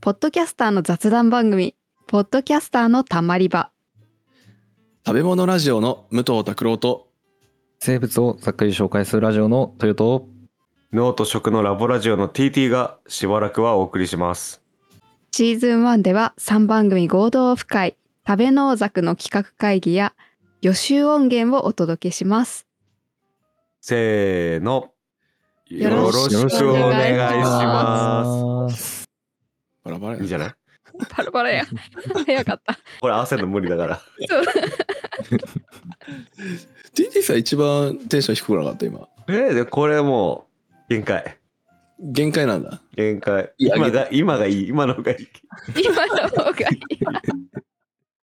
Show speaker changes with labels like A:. A: ポッドキャスターの雑談番組、ポッドキャスターのたまり場。
B: 食べ物ラジオの武藤拓郎と
C: 生物をざっくり紹介するラジオの豊と
D: 脳と食のラボラジオの TT がしばらくはお送りします。
A: シーズン1では3番組合同オフ会、食べ農作の企画会議や予習音源をお届けします。
D: せーの。
A: よろし
D: よろしくお願いしま
C: ます。
B: バラバラ
D: す。いいじゃない
A: パラパラや。早かった。
D: これ汗の無理だから。
B: TT さん一番テンション低くなかった今
D: えーでこれもう限界。
B: 限界なんだ
D: 限界。
B: いや
D: 今が今がいい。今のがいい。
A: 今の方がいい。